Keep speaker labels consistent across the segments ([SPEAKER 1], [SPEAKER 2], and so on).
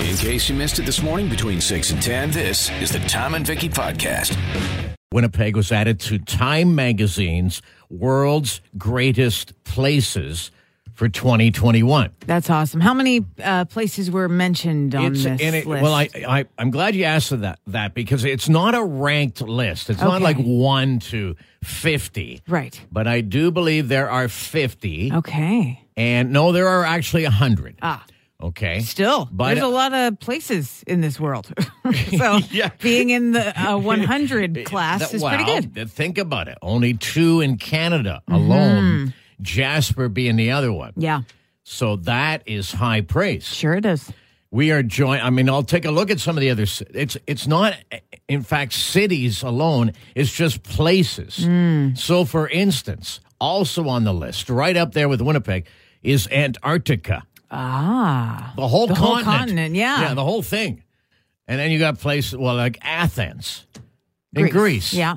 [SPEAKER 1] In case you missed it this morning between 6 and 10, this is the Tom and Vicky Podcast.
[SPEAKER 2] Winnipeg was added to Time Magazine's World's Greatest Places for 2021.
[SPEAKER 3] That's awesome. How many uh, places were mentioned on
[SPEAKER 2] It's
[SPEAKER 3] this
[SPEAKER 2] in it.
[SPEAKER 3] list?
[SPEAKER 2] Well, I, I I'm glad you asked that that because it's not a ranked list. It's not
[SPEAKER 3] Okay.
[SPEAKER 2] like one to fifty.
[SPEAKER 3] Right.
[SPEAKER 2] But I do believe there are fifty,
[SPEAKER 3] okay.
[SPEAKER 2] and no, there are actually hundred.
[SPEAKER 3] Oh. Ah.
[SPEAKER 2] Okay.
[SPEAKER 3] Still,
[SPEAKER 2] But- uh,
[SPEAKER 3] there's a lot of places in this world. so
[SPEAKER 2] Yeah.
[SPEAKER 3] being in the uh, 100 class
[SPEAKER 2] That-
[SPEAKER 3] is pretty
[SPEAKER 2] wow,
[SPEAKER 3] good.
[SPEAKER 2] th- Think about it. Only two in Canada alone. Jasper being the other one.
[SPEAKER 3] Mm-hmm. Yeah,
[SPEAKER 2] So that is high praise.
[SPEAKER 3] sure it is.
[SPEAKER 2] We are joined. I mean, I'll take a look at some of the other. ci- It's it's not, in fact, cities alone. It's just places.
[SPEAKER 3] Hmm.
[SPEAKER 2] So, for instance, also on the list, right up there with Winnipeg, is Antarctica. Ah, the whole
[SPEAKER 3] Oh, The whole
[SPEAKER 2] continent.
[SPEAKER 3] continent, yeah.
[SPEAKER 2] yeah, the whole thing. And then you got places well, like Athens, in Greece.
[SPEAKER 3] Yeah,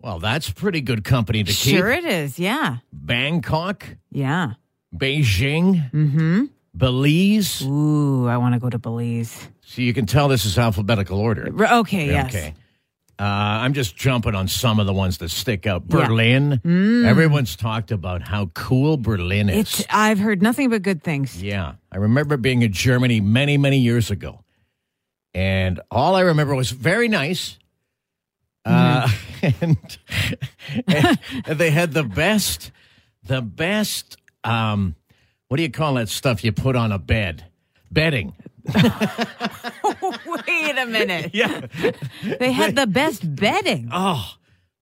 [SPEAKER 2] Well, that's pretty good company to
[SPEAKER 3] sure
[SPEAKER 2] keep.
[SPEAKER 3] it is. Yeah,
[SPEAKER 2] Bangkok,
[SPEAKER 3] yeah.
[SPEAKER 2] Beijing, mm-hmm. Belize.
[SPEAKER 3] Ooh, I want to go to Belize.
[SPEAKER 2] So you can tell this is alphabetical order.
[SPEAKER 3] R- okay, yes.
[SPEAKER 2] Okay. Uh, I'm just jumping on some of the ones that stick out. Berlin. Everyone's talked about how cool Berlin is.
[SPEAKER 3] Mm. It's I've heard nothing but good things.
[SPEAKER 2] yeah. I remember being in Germany many, many years ago. And all I remember was very nice.
[SPEAKER 3] Mm-hmm.
[SPEAKER 2] Uh, and, and they had the best, the best, um, what do you call that stuff you put on a bed? Bedding.
[SPEAKER 3] Wait a minute.
[SPEAKER 2] Yeah.
[SPEAKER 3] They had the best bedding.
[SPEAKER 2] Oh,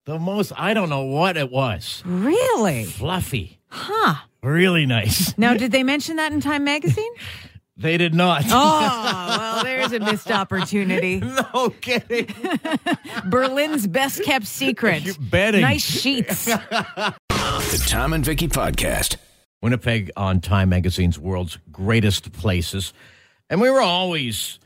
[SPEAKER 2] the most, I don't know what it was.
[SPEAKER 3] Really?
[SPEAKER 2] Fluffy.
[SPEAKER 3] Huh.
[SPEAKER 2] Really nice.
[SPEAKER 3] Now, did they mention that in Time Magazine?
[SPEAKER 2] They did not.
[SPEAKER 3] Oh, well, there's a missed opportunity.
[SPEAKER 2] No kidding.
[SPEAKER 3] Berlin's best kept secret.
[SPEAKER 2] You're betting.
[SPEAKER 3] Nice sheets.
[SPEAKER 1] The Tom and Vicky Podcast.
[SPEAKER 2] Winnipeg on Time Magazine's World's Greatest Places. And we were always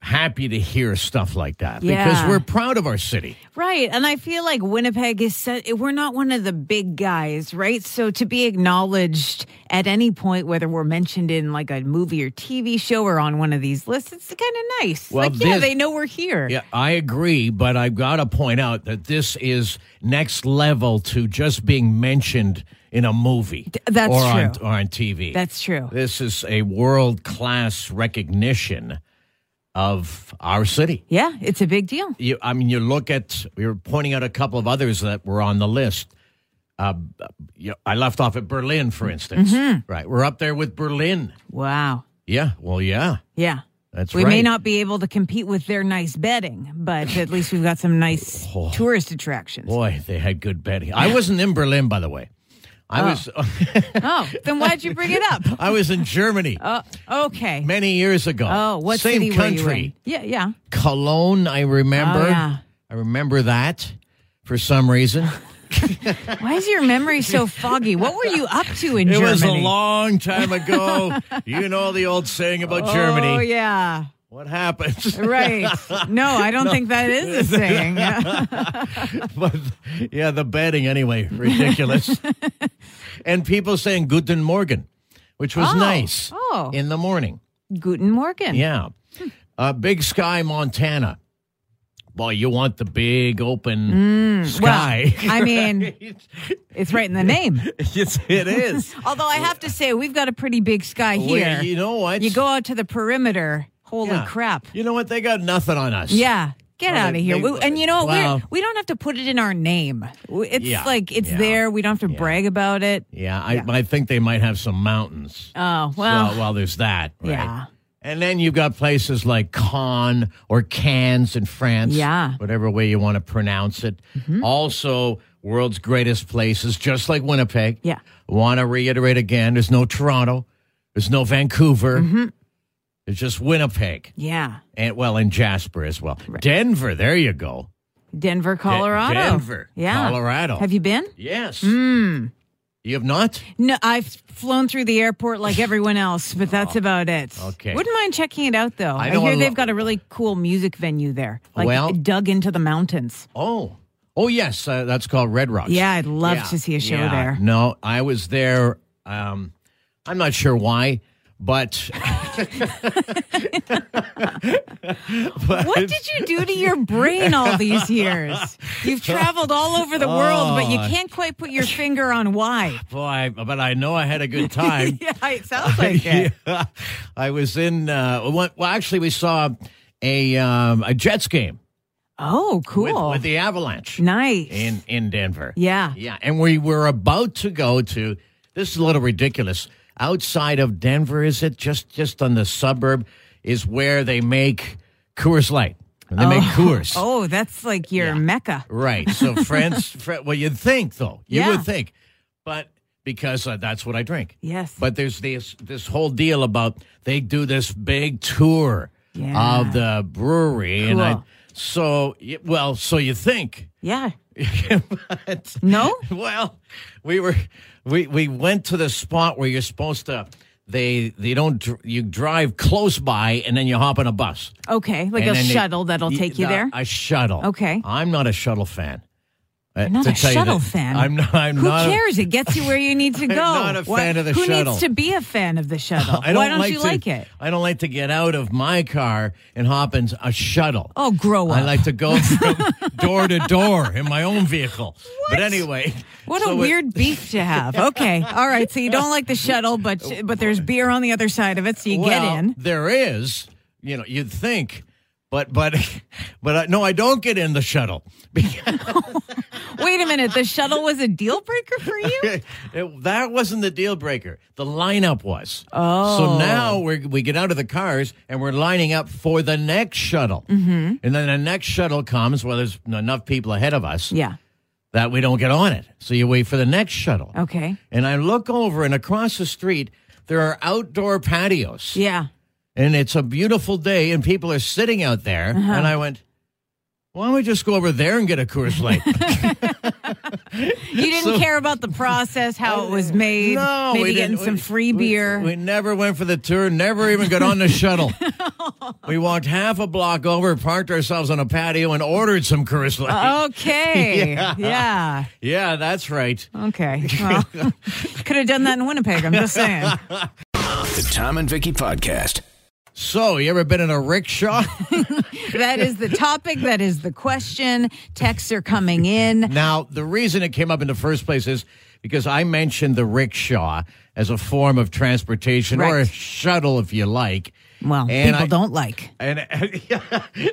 [SPEAKER 2] happy to hear stuff like that because
[SPEAKER 3] Yeah.
[SPEAKER 2] we're proud of our city.
[SPEAKER 3] right. And I feel like Winnipeg is set, we're not one of the big guys, right? So to be acknowledged at any point, whether we're mentioned in like a movie or TV show or on one of these lists, it's kind of nice.
[SPEAKER 2] Well,
[SPEAKER 3] like, yeah,
[SPEAKER 2] this-
[SPEAKER 3] they know we're here.
[SPEAKER 2] Yeah, I agree, but I've got to point out that this is next level to just being mentioned in a movie
[SPEAKER 3] that's
[SPEAKER 2] or, On,
[SPEAKER 3] true.
[SPEAKER 2] or on TV.
[SPEAKER 3] That's true.
[SPEAKER 2] This is a world class recognition of our city.
[SPEAKER 3] Yeah, it's a big deal.
[SPEAKER 2] you, I mean, you look at, we were pointing out a couple of others that were on the list. Uh, you, I left off at Berlin, for instance.
[SPEAKER 3] Mm-hmm.
[SPEAKER 2] Right. We're up there with Berlin.
[SPEAKER 3] Wow.
[SPEAKER 2] Yeah. Well, yeah.
[SPEAKER 3] Yeah.
[SPEAKER 2] That's
[SPEAKER 3] we may
[SPEAKER 2] right.
[SPEAKER 3] not be able to compete with their nice bedding, but at least we've got some nice
[SPEAKER 2] Oh.
[SPEAKER 3] tourist attractions.
[SPEAKER 2] Boy, they had good betting. I wasn't in Berlin, by the way. I was
[SPEAKER 3] Oh, then why'd you bring it up?
[SPEAKER 2] I was in Germany
[SPEAKER 3] Oh, okay.
[SPEAKER 2] many years ago.
[SPEAKER 3] Oh, what
[SPEAKER 2] same
[SPEAKER 3] city
[SPEAKER 2] country?
[SPEAKER 3] were you in? Yeah, yeah.
[SPEAKER 2] Cologne, I remember.
[SPEAKER 3] Oh, yeah.
[SPEAKER 2] I remember that for some reason.
[SPEAKER 3] Why is your memory so foggy? What were you up to in
[SPEAKER 2] It
[SPEAKER 3] Germany?
[SPEAKER 2] was a long time ago. you know the old saying about Germany.
[SPEAKER 3] Oh yeah,
[SPEAKER 2] What happens?
[SPEAKER 3] right. No, I don't think that is a saying.
[SPEAKER 2] but yeah, the betting anyway, ridiculous. and people saying "Guten Morgen," which was
[SPEAKER 3] Oh,
[SPEAKER 2] nice
[SPEAKER 3] oh. Hmm.
[SPEAKER 2] in the morning.
[SPEAKER 3] Guten Morgen.
[SPEAKER 2] Yeah, uh, Big Sky, Montana. Boy, you want the big open
[SPEAKER 3] Hmm.
[SPEAKER 2] sky?
[SPEAKER 3] Uh, I mean, it's right in the name.
[SPEAKER 2] yes, it is.
[SPEAKER 3] Although I have to say, we've got a pretty big sky
[SPEAKER 2] We-
[SPEAKER 3] here.
[SPEAKER 2] you know what?
[SPEAKER 3] You go out to the perimeter. Holy
[SPEAKER 2] Yeah.
[SPEAKER 3] crap!
[SPEAKER 2] You know what? They got nothing on us.
[SPEAKER 3] Yeah. Get
[SPEAKER 2] Well,
[SPEAKER 3] out of
[SPEAKER 2] they-
[SPEAKER 3] here.
[SPEAKER 2] they-
[SPEAKER 3] We, and you know what?
[SPEAKER 2] Wow.
[SPEAKER 3] We're- We don't have to put it in our name. We- It's
[SPEAKER 2] Yeah.
[SPEAKER 3] like it's
[SPEAKER 2] Yeah.
[SPEAKER 3] there. We don't have to brag about it.
[SPEAKER 2] Yeah, I, I think they might have some mountains.
[SPEAKER 3] Oh, well.
[SPEAKER 2] So, well, there's that. Right?
[SPEAKER 3] Yeah.
[SPEAKER 2] And then you've got places like Cannes or Cannes in France.
[SPEAKER 3] Yeah. Mm-hmm.
[SPEAKER 2] Whatever way you want to pronounce it. Also, world's greatest places, just like Winnipeg.
[SPEAKER 3] Yeah.
[SPEAKER 2] Want to reiterate again there's no Toronto, there's no Vancouver,
[SPEAKER 3] Mm-hmm.
[SPEAKER 2] there's just Winnipeg.
[SPEAKER 3] Yeah.
[SPEAKER 2] And well, and Jasper as well. Denver, there you go.
[SPEAKER 3] Denver, Colorado.
[SPEAKER 2] Denver,
[SPEAKER 3] Yeah.
[SPEAKER 2] Colorado.
[SPEAKER 3] Have you been?
[SPEAKER 2] Yes.
[SPEAKER 3] Mm.
[SPEAKER 2] You have not?
[SPEAKER 3] No, I've flown through the airport like everyone else, but that's about it.
[SPEAKER 2] Oh, okay.
[SPEAKER 3] Wouldn't mind checking it out though.
[SPEAKER 2] I
[SPEAKER 3] I,
[SPEAKER 2] know
[SPEAKER 3] hear
[SPEAKER 2] a lo-
[SPEAKER 3] they've got a really cool music venue there. Like
[SPEAKER 2] Well-
[SPEAKER 3] dug into the mountains.
[SPEAKER 2] Oh, oh yes, uh, that's called Red Rocks.
[SPEAKER 3] Yeah, I'd love
[SPEAKER 2] Yeah,
[SPEAKER 3] to see a show
[SPEAKER 2] yeah.
[SPEAKER 3] there.
[SPEAKER 2] No, I was there. Um, I'm not sure why, But
[SPEAKER 3] What did you do to your brain all these years? You've traveled all over the world, but you
[SPEAKER 2] Oh.
[SPEAKER 3] can't quite put your finger on why.
[SPEAKER 2] boy, but I know I had a good time.
[SPEAKER 3] Yeah, it sounds like it.
[SPEAKER 2] Yeah. I was in. Uh, well, well, actually, we saw a um, a Jets game
[SPEAKER 3] Oh, cool.
[SPEAKER 2] with, with the Avalanche
[SPEAKER 3] nice.
[SPEAKER 2] in in Denver.
[SPEAKER 3] Yeah.
[SPEAKER 2] yeah, and we were about to go to. This is a little ridiculous. Outside of Denver, is it just just on the suburb? Is where they make Coors Light. And they make Coors.
[SPEAKER 3] oh, that's like your mecca.
[SPEAKER 2] Right. So friends, fr- well, you'd think though, you
[SPEAKER 3] Yeah.
[SPEAKER 2] would think, but because uh, that's what I drink.
[SPEAKER 3] Yes.
[SPEAKER 2] But there's this this whole deal about they do this big tour
[SPEAKER 3] Yeah.
[SPEAKER 2] of the brewery, and I
[SPEAKER 3] Cool.
[SPEAKER 2] so y- well, so you think,
[SPEAKER 3] Yeah.
[SPEAKER 2] but
[SPEAKER 3] No?
[SPEAKER 2] well, we were we we went to the spot where you're supposed to. They they don't dr- you drive close by and then you hop on a bus
[SPEAKER 3] Okay. Like a
[SPEAKER 2] and then they-
[SPEAKER 3] shuttle that'll
[SPEAKER 2] y-
[SPEAKER 3] take you
[SPEAKER 2] a-
[SPEAKER 3] there.
[SPEAKER 2] A shuttle.
[SPEAKER 3] Okay.
[SPEAKER 2] I'm not a shuttle fan. Uh,
[SPEAKER 3] not
[SPEAKER 2] to
[SPEAKER 3] a
[SPEAKER 2] tell you
[SPEAKER 3] shuttle
[SPEAKER 2] that-
[SPEAKER 3] fan.
[SPEAKER 2] I'm not. I'm
[SPEAKER 3] Who
[SPEAKER 2] not a-
[SPEAKER 3] cares? it gets you where you need to go.
[SPEAKER 2] not a
[SPEAKER 3] Why-
[SPEAKER 2] fan of the
[SPEAKER 3] Who
[SPEAKER 2] shuttle.
[SPEAKER 3] needs to be a fan of the shuttle?
[SPEAKER 2] I don't
[SPEAKER 3] Why don't
[SPEAKER 2] like
[SPEAKER 3] you
[SPEAKER 2] to-
[SPEAKER 3] like it?
[SPEAKER 2] I don't like to get out of my car and hop in a shuttle.
[SPEAKER 3] Oh, grow
[SPEAKER 2] I
[SPEAKER 3] up.
[SPEAKER 2] like to go from door to door in my own vehicle. But anyway,
[SPEAKER 3] What
[SPEAKER 2] so
[SPEAKER 3] a
[SPEAKER 2] it-
[SPEAKER 3] weird beef to have. Okay. All right. So you don't like the shuttle, but but there's beer on the other side of it, so you
[SPEAKER 2] Oh, well,
[SPEAKER 3] get in.
[SPEAKER 2] There is, you know, you'd think, but but but I, no, I don't get in the shuttle.
[SPEAKER 3] Wait a minute. The shuttle was a deal breaker for you?
[SPEAKER 2] It- that wasn't the deal breaker. The lineup was. Oh. So now we we get out of the cars and we're lining up for the next shuttle. Mm-hmm. And then the next shuttle comes, well, there's enough people ahead of us
[SPEAKER 3] Yeah.
[SPEAKER 2] that we don't get on it. So you wait for the next shuttle.
[SPEAKER 3] Okay.
[SPEAKER 2] And I look over and across the street, there are outdoor patios.
[SPEAKER 3] Yeah.
[SPEAKER 2] And it's a beautiful day and people are sitting out there.
[SPEAKER 3] Uh-huh.
[SPEAKER 2] And I went, why don't we just go over there and get a Coors Light?
[SPEAKER 3] You didn't care about the process, how it was made,
[SPEAKER 2] No, we
[SPEAKER 3] maybe getting
[SPEAKER 2] didn't-
[SPEAKER 3] some
[SPEAKER 2] we-
[SPEAKER 3] free
[SPEAKER 2] we-
[SPEAKER 3] beer.
[SPEAKER 2] We, never went for the tour. Never even got on the shuttle. we walked half a block over, parked ourselves on a patio, and ordered some Coors Light.
[SPEAKER 3] Uh-huh. okay. Yeah.
[SPEAKER 2] yeah, that's right.
[SPEAKER 3] Okay. Well, could have done that in Winnipeg. I'm just saying.
[SPEAKER 1] The Tom and Vicky Podcast.
[SPEAKER 2] So, you ever been in a rickshaw?
[SPEAKER 3] That is the topic. That is the question. Texts are coming in.
[SPEAKER 2] now, the reason it came up in the first place is because I mentioned the rickshaw as a form of transportation or a
[SPEAKER 3] Right.
[SPEAKER 2] shuttle, if you like.
[SPEAKER 3] Well,
[SPEAKER 2] And
[SPEAKER 3] people
[SPEAKER 2] I-
[SPEAKER 3] don't like.
[SPEAKER 2] And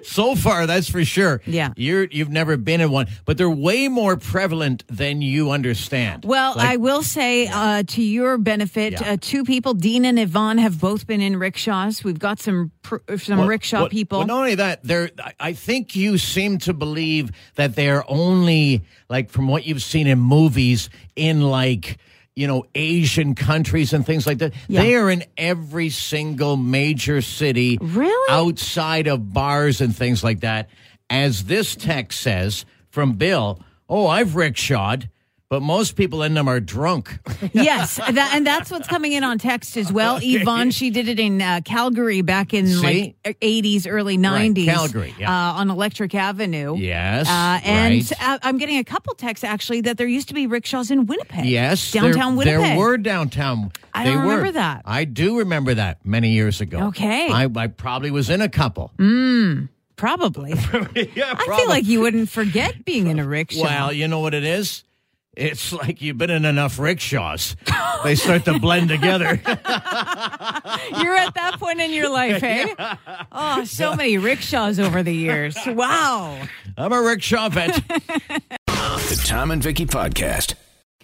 [SPEAKER 2] so far, that's for sure.
[SPEAKER 3] Yeah.
[SPEAKER 2] you're you've never been in one, but they're way more prevalent than you understand.
[SPEAKER 3] Well, I will say uh, to your benefit,
[SPEAKER 2] Yeah.
[SPEAKER 3] uh, two people, Dean and Yvonne, have both been in rickshaws. We've got some pr- some
[SPEAKER 2] Well,
[SPEAKER 3] rickshaw
[SPEAKER 2] well,
[SPEAKER 3] people.
[SPEAKER 2] Well, not only that, they're. I- I think you seem to believe that they're only like from what you've seen in movies in like you know Asian countries and things like that.
[SPEAKER 3] Yeah.
[SPEAKER 2] They are in every single major city,
[SPEAKER 3] Really?
[SPEAKER 2] outside of bars and things like that. As this text says from Bill, oh, I've rickshawed. But most people in them are drunk.
[SPEAKER 3] yes, that, and that's what's coming in on text as well. Yvonne, she did it in uh, Calgary back in
[SPEAKER 2] See?
[SPEAKER 3] like eighties, early nineties.
[SPEAKER 2] Calgary, yeah.
[SPEAKER 3] uh, on Electric Avenue.
[SPEAKER 2] Yes,
[SPEAKER 3] uh, and
[SPEAKER 2] right.
[SPEAKER 3] uh, I'm getting a couple texts actually that there used to be rickshaws in Winnipeg.
[SPEAKER 2] Yes, there-
[SPEAKER 3] downtown Winnipeg.
[SPEAKER 2] There were downtown.
[SPEAKER 3] I
[SPEAKER 2] they
[SPEAKER 3] don't
[SPEAKER 2] were.
[SPEAKER 3] remember that.
[SPEAKER 2] I do remember that many years ago.
[SPEAKER 3] Okay.
[SPEAKER 2] I, I probably was in a couple.
[SPEAKER 3] probably. I feel like you wouldn't forget being in a rickshaw.
[SPEAKER 2] Well, you know what it is? It's like you've been in enough rickshaws. they start to blend together.
[SPEAKER 3] You're at that point in your life, hey? Oh, so many rickshaws over the years. Wow.
[SPEAKER 2] I'm a rickshaw vet.
[SPEAKER 1] The Tom and Vicky Podcast.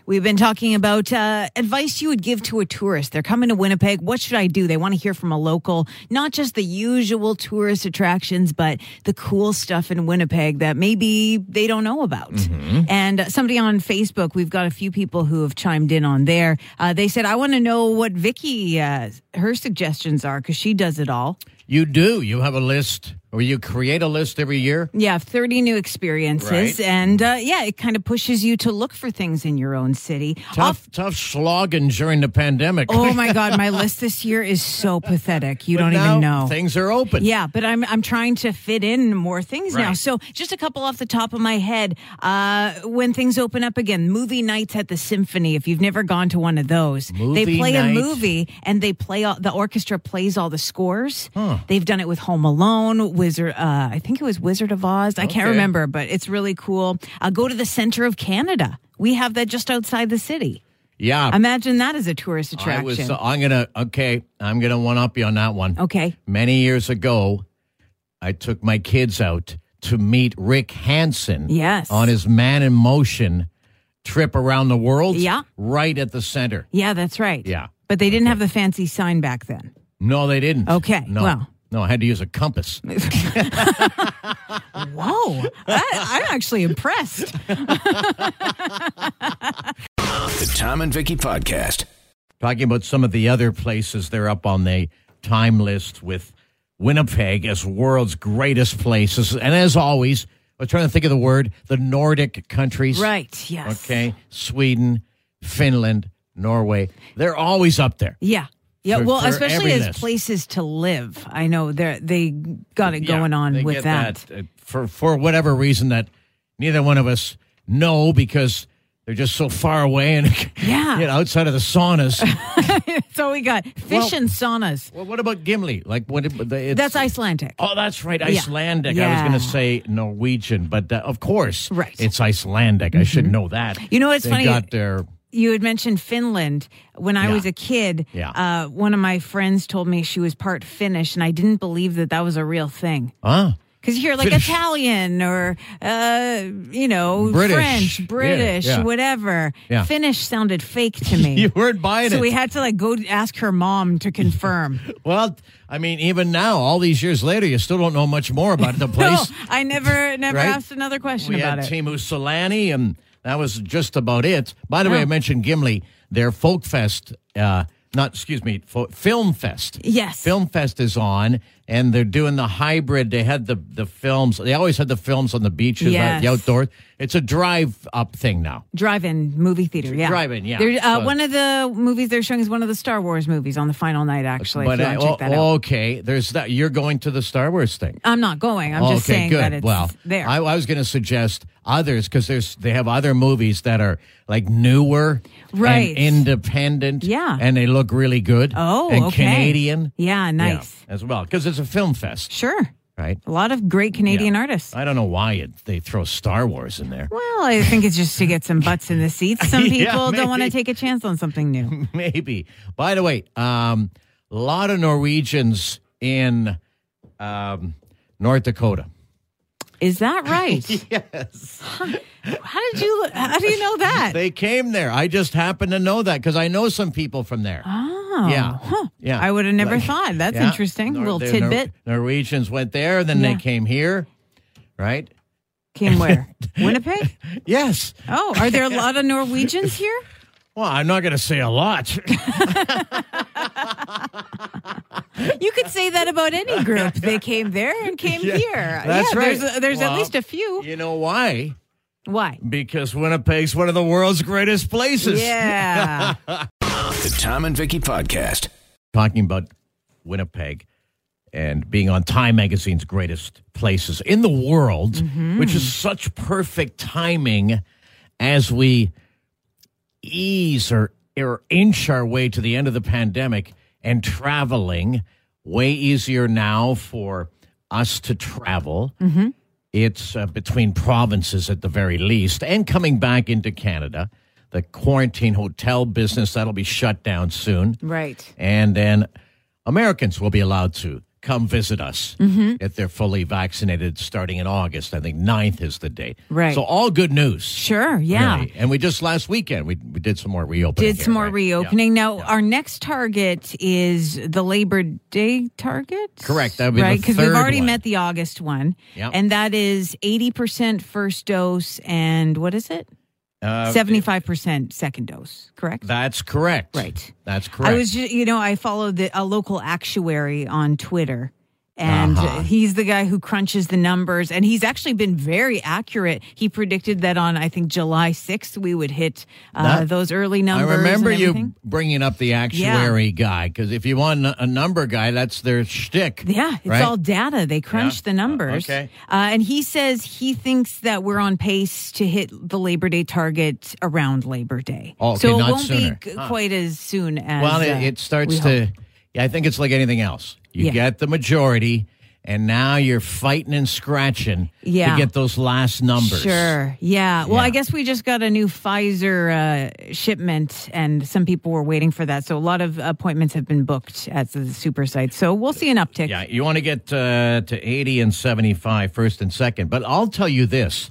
[SPEAKER 3] We've been talking about uh, advice you would give to a tourist. They're coming to Winnipeg. What should I do? They want to hear from a local, not just the usual tourist attractions, but the cool stuff in Winnipeg that maybe they don't know about.
[SPEAKER 2] Mm-hmm.
[SPEAKER 3] And uh, somebody on Facebook, we've got a few people who have chimed in on there. Uh, they said, I want to know what Vicky, uh, her suggestions are because she does it all.
[SPEAKER 2] you do. You have a list Or you create a list every year?
[SPEAKER 3] Yeah, 30 new experiences.
[SPEAKER 2] Right.
[SPEAKER 3] And uh, yeah, it kind of pushes you to look for things in your own city. Off-
[SPEAKER 2] Tough, tough slogging during the pandemic.
[SPEAKER 3] oh my God, my list this year is so pathetic. You
[SPEAKER 2] But
[SPEAKER 3] don't
[SPEAKER 2] now
[SPEAKER 3] even know.
[SPEAKER 2] Things are open.
[SPEAKER 3] yeah, but I'm I'm trying to fit in more things now.
[SPEAKER 2] Right.
[SPEAKER 3] So just a couple off the top of my head. Uh, when things open up again, movie nights at the symphony. If you've never gone to one of those,
[SPEAKER 2] Movie
[SPEAKER 3] they play
[SPEAKER 2] night.
[SPEAKER 3] a movie and they play all, the orchestra plays all the scores. They've done it with Home Alone, Wizard. Uh, I think it was Wizard of Oz. I can't
[SPEAKER 2] Okay.
[SPEAKER 3] remember, but it's really cool. Uh, go to the center of Canada. We have that just outside the city.
[SPEAKER 2] Yeah.
[SPEAKER 3] Imagine that as a tourist
[SPEAKER 2] I
[SPEAKER 3] attraction.
[SPEAKER 2] was, uh, I'm going to, okay, I'm going to one up you on that one.
[SPEAKER 3] okay.
[SPEAKER 2] Many years ago, I took my kids out to meet Rick Hansen.
[SPEAKER 3] Yes.
[SPEAKER 2] On his Man in Motion trip around the world.
[SPEAKER 3] Yeah.
[SPEAKER 2] Right at the center.
[SPEAKER 3] Yeah, that's right.
[SPEAKER 2] Yeah.
[SPEAKER 3] But they didn't have the fancy sign back then.
[SPEAKER 2] No, they didn't.
[SPEAKER 3] Okay,
[SPEAKER 2] No.
[SPEAKER 3] well.
[SPEAKER 2] No, I had to use a compass.
[SPEAKER 3] Whoa. I, I'm actually impressed.
[SPEAKER 1] The Tom and Vicky Podcast.
[SPEAKER 2] Talking about some of the other places they're up on the time list with Winnipeg as world's greatest places. And as always, I'm trying to think of the word, the Nordic countries.
[SPEAKER 3] Right. Yes.
[SPEAKER 2] Okay. Sweden, Finland, Norway. They're always up there.
[SPEAKER 3] Yeah. Yeah.
[SPEAKER 2] For-
[SPEAKER 3] well,
[SPEAKER 2] for
[SPEAKER 3] especially as
[SPEAKER 2] everyness.
[SPEAKER 3] places to live. I know they they got it going
[SPEAKER 2] Yeah,
[SPEAKER 3] on
[SPEAKER 2] they get
[SPEAKER 3] with that.
[SPEAKER 2] uh, for for whatever reason that neither one of us know because they're just so far away and
[SPEAKER 3] Yeah.
[SPEAKER 2] you know, outside of the saunas.
[SPEAKER 3] So we got fish
[SPEAKER 2] Well-
[SPEAKER 3] and saunas.
[SPEAKER 2] well, what about Gimli? Like what? it- the- It's,
[SPEAKER 3] That's Icelandic.
[SPEAKER 2] Oh, that's right, Icelandic. I was
[SPEAKER 3] Yeah.
[SPEAKER 2] going to say Norwegian, but uh, of course,
[SPEAKER 3] Right. Mm-hmm.
[SPEAKER 2] It's Icelandic. I should know that.
[SPEAKER 3] You know what's
[SPEAKER 2] they
[SPEAKER 3] funny?
[SPEAKER 2] Got their
[SPEAKER 3] You had mentioned Finland. When I
[SPEAKER 2] Yeah.
[SPEAKER 3] was a kid,
[SPEAKER 2] Yeah.
[SPEAKER 3] uh, one of my friends told me she was part Finnish, and I didn't believe that that was a real thing.
[SPEAKER 2] huh?
[SPEAKER 3] Because you hear like
[SPEAKER 2] Finnish.
[SPEAKER 3] Italian or, uh, you know,
[SPEAKER 2] British. Yeah,
[SPEAKER 3] French, British,
[SPEAKER 2] yeah.
[SPEAKER 3] whatever.
[SPEAKER 2] Yeah.
[SPEAKER 3] Finnish sounded fake to me.
[SPEAKER 2] You weren't buying
[SPEAKER 3] so
[SPEAKER 2] it.
[SPEAKER 3] we had to like go ask her mom to confirm.
[SPEAKER 2] well, I mean, even now, all these years later, you still don't know much more about the
[SPEAKER 3] no,
[SPEAKER 2] place.
[SPEAKER 3] I never, never
[SPEAKER 2] Right?
[SPEAKER 3] asked another question
[SPEAKER 2] We
[SPEAKER 3] about
[SPEAKER 2] had
[SPEAKER 3] it.
[SPEAKER 2] Timu Solani, and that was just about it. By the way,
[SPEAKER 3] Oh.
[SPEAKER 2] I mentioned Gimli. Their Folk Fest, uh, not excuse me, fo- Film Fest.
[SPEAKER 3] Yes.
[SPEAKER 2] Film Fest is on, and they're doing the hybrid. They had the the films. They always had the films on the beaches, uh,
[SPEAKER 3] Yes.
[SPEAKER 2] the outdoors. It's a drive up thing now.
[SPEAKER 3] Drive-in movie theater, yeah.
[SPEAKER 2] Drive-in, yeah.
[SPEAKER 3] They're, uh,
[SPEAKER 2] So-
[SPEAKER 3] one of the movies they're showing is one of the Star Wars movies on the final night. Actually, if you
[SPEAKER 2] I-
[SPEAKER 3] want to check that out.
[SPEAKER 2] uh, okay, there's that. You're going to the Star Wars thing.
[SPEAKER 3] I'm not going. I'm just saying that it's
[SPEAKER 2] Oh, well,
[SPEAKER 3] there.
[SPEAKER 2] I, I was going to suggest others because there's they have other movies that are like newer, and
[SPEAKER 3] Right.
[SPEAKER 2] independent,
[SPEAKER 3] Yeah.
[SPEAKER 2] and they look really good.
[SPEAKER 3] oh,
[SPEAKER 2] and
[SPEAKER 3] okay.
[SPEAKER 2] Canadian,
[SPEAKER 3] Yeah,
[SPEAKER 2] Yeah,
[SPEAKER 3] nice.
[SPEAKER 2] as well because it's a film fest,
[SPEAKER 3] Sure.
[SPEAKER 2] right?
[SPEAKER 3] A lot of great Canadian
[SPEAKER 2] Yeah.
[SPEAKER 3] artists.
[SPEAKER 2] I don't know why it, they throw Star Wars in there.
[SPEAKER 3] Well, I think it's just to get some butts in the seats. Some
[SPEAKER 2] Yeah,
[SPEAKER 3] people don't want to
[SPEAKER 2] maybe.
[SPEAKER 3] take a chance on something new.
[SPEAKER 2] Maybe. By the way, um, a lot of Norwegians in um, North Dakota.
[SPEAKER 3] Is that right? yes. How did you? How do you know that?
[SPEAKER 2] They came there. I just happen to know that because I know some people from there.
[SPEAKER 3] oh,
[SPEAKER 2] Yeah.
[SPEAKER 3] huh.
[SPEAKER 2] Yeah.
[SPEAKER 3] I would have never
[SPEAKER 2] Like-
[SPEAKER 3] thought. That's
[SPEAKER 2] Yeah.
[SPEAKER 3] interesting.
[SPEAKER 2] Nor-
[SPEAKER 3] Little
[SPEAKER 2] the Nor-
[SPEAKER 3] tidbit.
[SPEAKER 2] Norwegians went there, then they
[SPEAKER 3] Yeah.
[SPEAKER 2] came here, right?
[SPEAKER 3] Came where? Winnipeg.
[SPEAKER 2] Yes.
[SPEAKER 3] Oh, are there a lot of Norwegians here?
[SPEAKER 2] Well, I'm not going to say a lot.
[SPEAKER 3] You could say that about any group. They came there and came here.
[SPEAKER 2] That's
[SPEAKER 3] yeah,
[SPEAKER 2] right.
[SPEAKER 3] There's, there's
[SPEAKER 2] Well,
[SPEAKER 3] at least a few.
[SPEAKER 2] you know why?
[SPEAKER 3] Why?
[SPEAKER 2] Because Winnipeg's one of the world's greatest places.
[SPEAKER 3] Yeah.
[SPEAKER 1] The Tom and Vicky Podcast.
[SPEAKER 2] Talking about Winnipeg and being on Time Magazine's greatest places in the world, which is such perfect timing as we ease or, or inch our way to the end of the pandemic and traveling way easier now for us to travel it's uh, between provinces at the very least and coming back into canada the quarantine hotel business that'll be shut down soon
[SPEAKER 3] right.
[SPEAKER 2] and then Americans will be allowed to come visit us
[SPEAKER 3] Mm-hmm.
[SPEAKER 2] if they're fully vaccinated starting in August. I think 9th is the date.
[SPEAKER 3] Right.
[SPEAKER 2] So all good news.
[SPEAKER 3] Sure. Yeah.
[SPEAKER 2] really. And we just last weekend we, we did some more reopening.
[SPEAKER 3] Did
[SPEAKER 2] here,
[SPEAKER 3] some more
[SPEAKER 2] right?
[SPEAKER 3] reopening.
[SPEAKER 2] Yeah.
[SPEAKER 3] Now, our next target is the Labor Day target.
[SPEAKER 2] Correct. That would be the
[SPEAKER 3] right because we've
[SPEAKER 2] third
[SPEAKER 3] already
[SPEAKER 2] one.
[SPEAKER 3] met the August one,
[SPEAKER 2] Yep.
[SPEAKER 3] and that is eighty percent first dose, and what is it? Seventy five percent second dose. Correct.
[SPEAKER 2] Uh, That's correct.
[SPEAKER 3] Right.
[SPEAKER 2] That's correct.
[SPEAKER 3] I was, ju- you know, I followed the, a local actuary on Twitter, And
[SPEAKER 2] Uh-huh.
[SPEAKER 3] uh he's the guy who crunches the numbers. And he's actually been very accurate. He predicted that on, I think, July 6th, we would hit uh,
[SPEAKER 2] That-
[SPEAKER 3] those early
[SPEAKER 2] I
[SPEAKER 3] numbers. and
[SPEAKER 2] remember you
[SPEAKER 3] everything.
[SPEAKER 2] bringing up the actuary guy because if you want a number guy, that's their shtick.
[SPEAKER 3] Yeah, it's
[SPEAKER 2] right?
[SPEAKER 3] all data. They crunch
[SPEAKER 2] Yeah.
[SPEAKER 3] the numbers.
[SPEAKER 2] Okay.
[SPEAKER 3] Uh, and he says he thinks that we're on pace to hit the Labor Day target around Labor Day.
[SPEAKER 2] Oh, okay,
[SPEAKER 3] so it
[SPEAKER 2] not
[SPEAKER 3] won't
[SPEAKER 2] sooner.
[SPEAKER 3] be g- quite as soon as.
[SPEAKER 2] Well,
[SPEAKER 3] uh,
[SPEAKER 2] it, it starts
[SPEAKER 3] we
[SPEAKER 2] to. Yeah, I think it's like anything else. You
[SPEAKER 3] Yeah.
[SPEAKER 2] get the majority, and now you're fighting and scratching
[SPEAKER 3] Yeah.
[SPEAKER 2] to get those last numbers.
[SPEAKER 3] Sure. Yeah. Well, I
[SPEAKER 2] Yeah.
[SPEAKER 3] guess we just got a new Pfizer uh, shipment, and some people were waiting for that. So a lot of appointments have been booked at the super site. So we'll see an uptick.
[SPEAKER 2] Yeah, you want to get uh, to 80 and 75 first and second. But I'll tell you this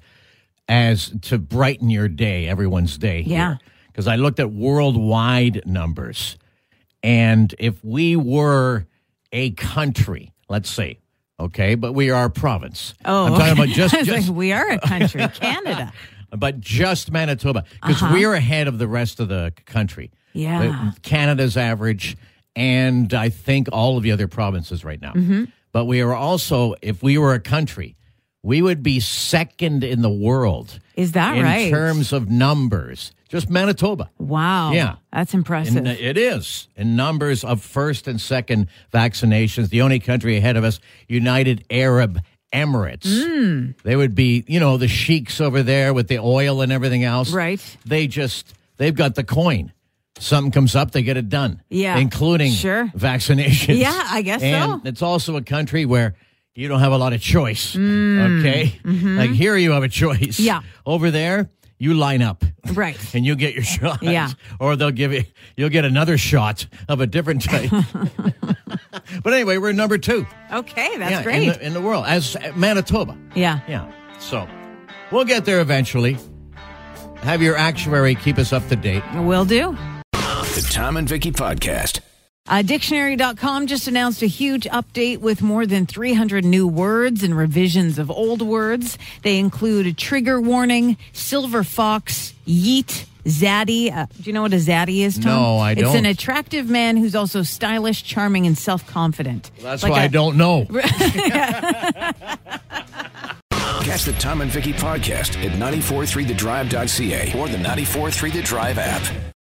[SPEAKER 2] as to brighten your day, everyone's day.
[SPEAKER 3] Yeah.
[SPEAKER 2] Because I looked at worldwide numbers. And if we were a country, let's say, okay, but we are a province.
[SPEAKER 3] Oh,
[SPEAKER 2] I'm talking about
[SPEAKER 3] okay.
[SPEAKER 2] just,
[SPEAKER 3] I was like,
[SPEAKER 2] just
[SPEAKER 3] we are a country, Canada.
[SPEAKER 2] but just Manitoba because we're ahead of the rest of the c- country.
[SPEAKER 3] Uh-huh. Yeah.
[SPEAKER 2] Uh, Canada's average, and I think all of the other provinces right now.
[SPEAKER 3] Mm-hmm.
[SPEAKER 2] But we are also, if we were a country, we would be second in the world.
[SPEAKER 3] Is that
[SPEAKER 2] in
[SPEAKER 3] right?
[SPEAKER 2] terms of numbers? Just Manitoba.
[SPEAKER 3] Wow.
[SPEAKER 2] Yeah.
[SPEAKER 3] That's impressive.
[SPEAKER 2] And it is in numbers of first and second vaccinations. The only country ahead of us, United Arab Emirates.
[SPEAKER 3] Hmm.
[SPEAKER 2] They would be, you know, the sheiks over there with the oil and everything else.
[SPEAKER 3] Right.
[SPEAKER 2] They just they've got the coin. Something comes up, they get it done.
[SPEAKER 3] Yeah.
[SPEAKER 2] including
[SPEAKER 3] Sure.
[SPEAKER 2] vaccinations.
[SPEAKER 3] Yeah, I guess so.
[SPEAKER 2] And It's also a country where. You don't have a lot of choice. Okay. Like here, you have a choice.
[SPEAKER 3] Hmm. Mm-hmm. Yeah.
[SPEAKER 2] Over there, you line up
[SPEAKER 3] right.
[SPEAKER 2] and you get your shot.
[SPEAKER 3] Yeah.
[SPEAKER 2] Or they'll give you you'll get another shot of a different type. but anyway, we're number two.
[SPEAKER 3] Okay. That's
[SPEAKER 2] yeah,
[SPEAKER 3] great.
[SPEAKER 2] In, the, in the world as Manitoba.
[SPEAKER 3] yeah.
[SPEAKER 2] Yeah. So we'll get there eventually. Have your actuary keep us up to date.
[SPEAKER 3] Will do.
[SPEAKER 1] The Tom and Vicky Podcast.
[SPEAKER 3] Uh, dictionary.com just announced a huge update with more than 300 new words and revisions of old words. They include a trigger warning, silver fox, yeet, zaddy. Uh, do you know what a zaddy is, Tom?
[SPEAKER 2] No, I
[SPEAKER 3] It's
[SPEAKER 2] don't.
[SPEAKER 3] an attractive man who's also stylish, charming, and self confident.
[SPEAKER 2] That's why I I don't know.
[SPEAKER 1] Catch the Tom and Vicky Podcast at 943thedrive.ca or the 943 The Drive app.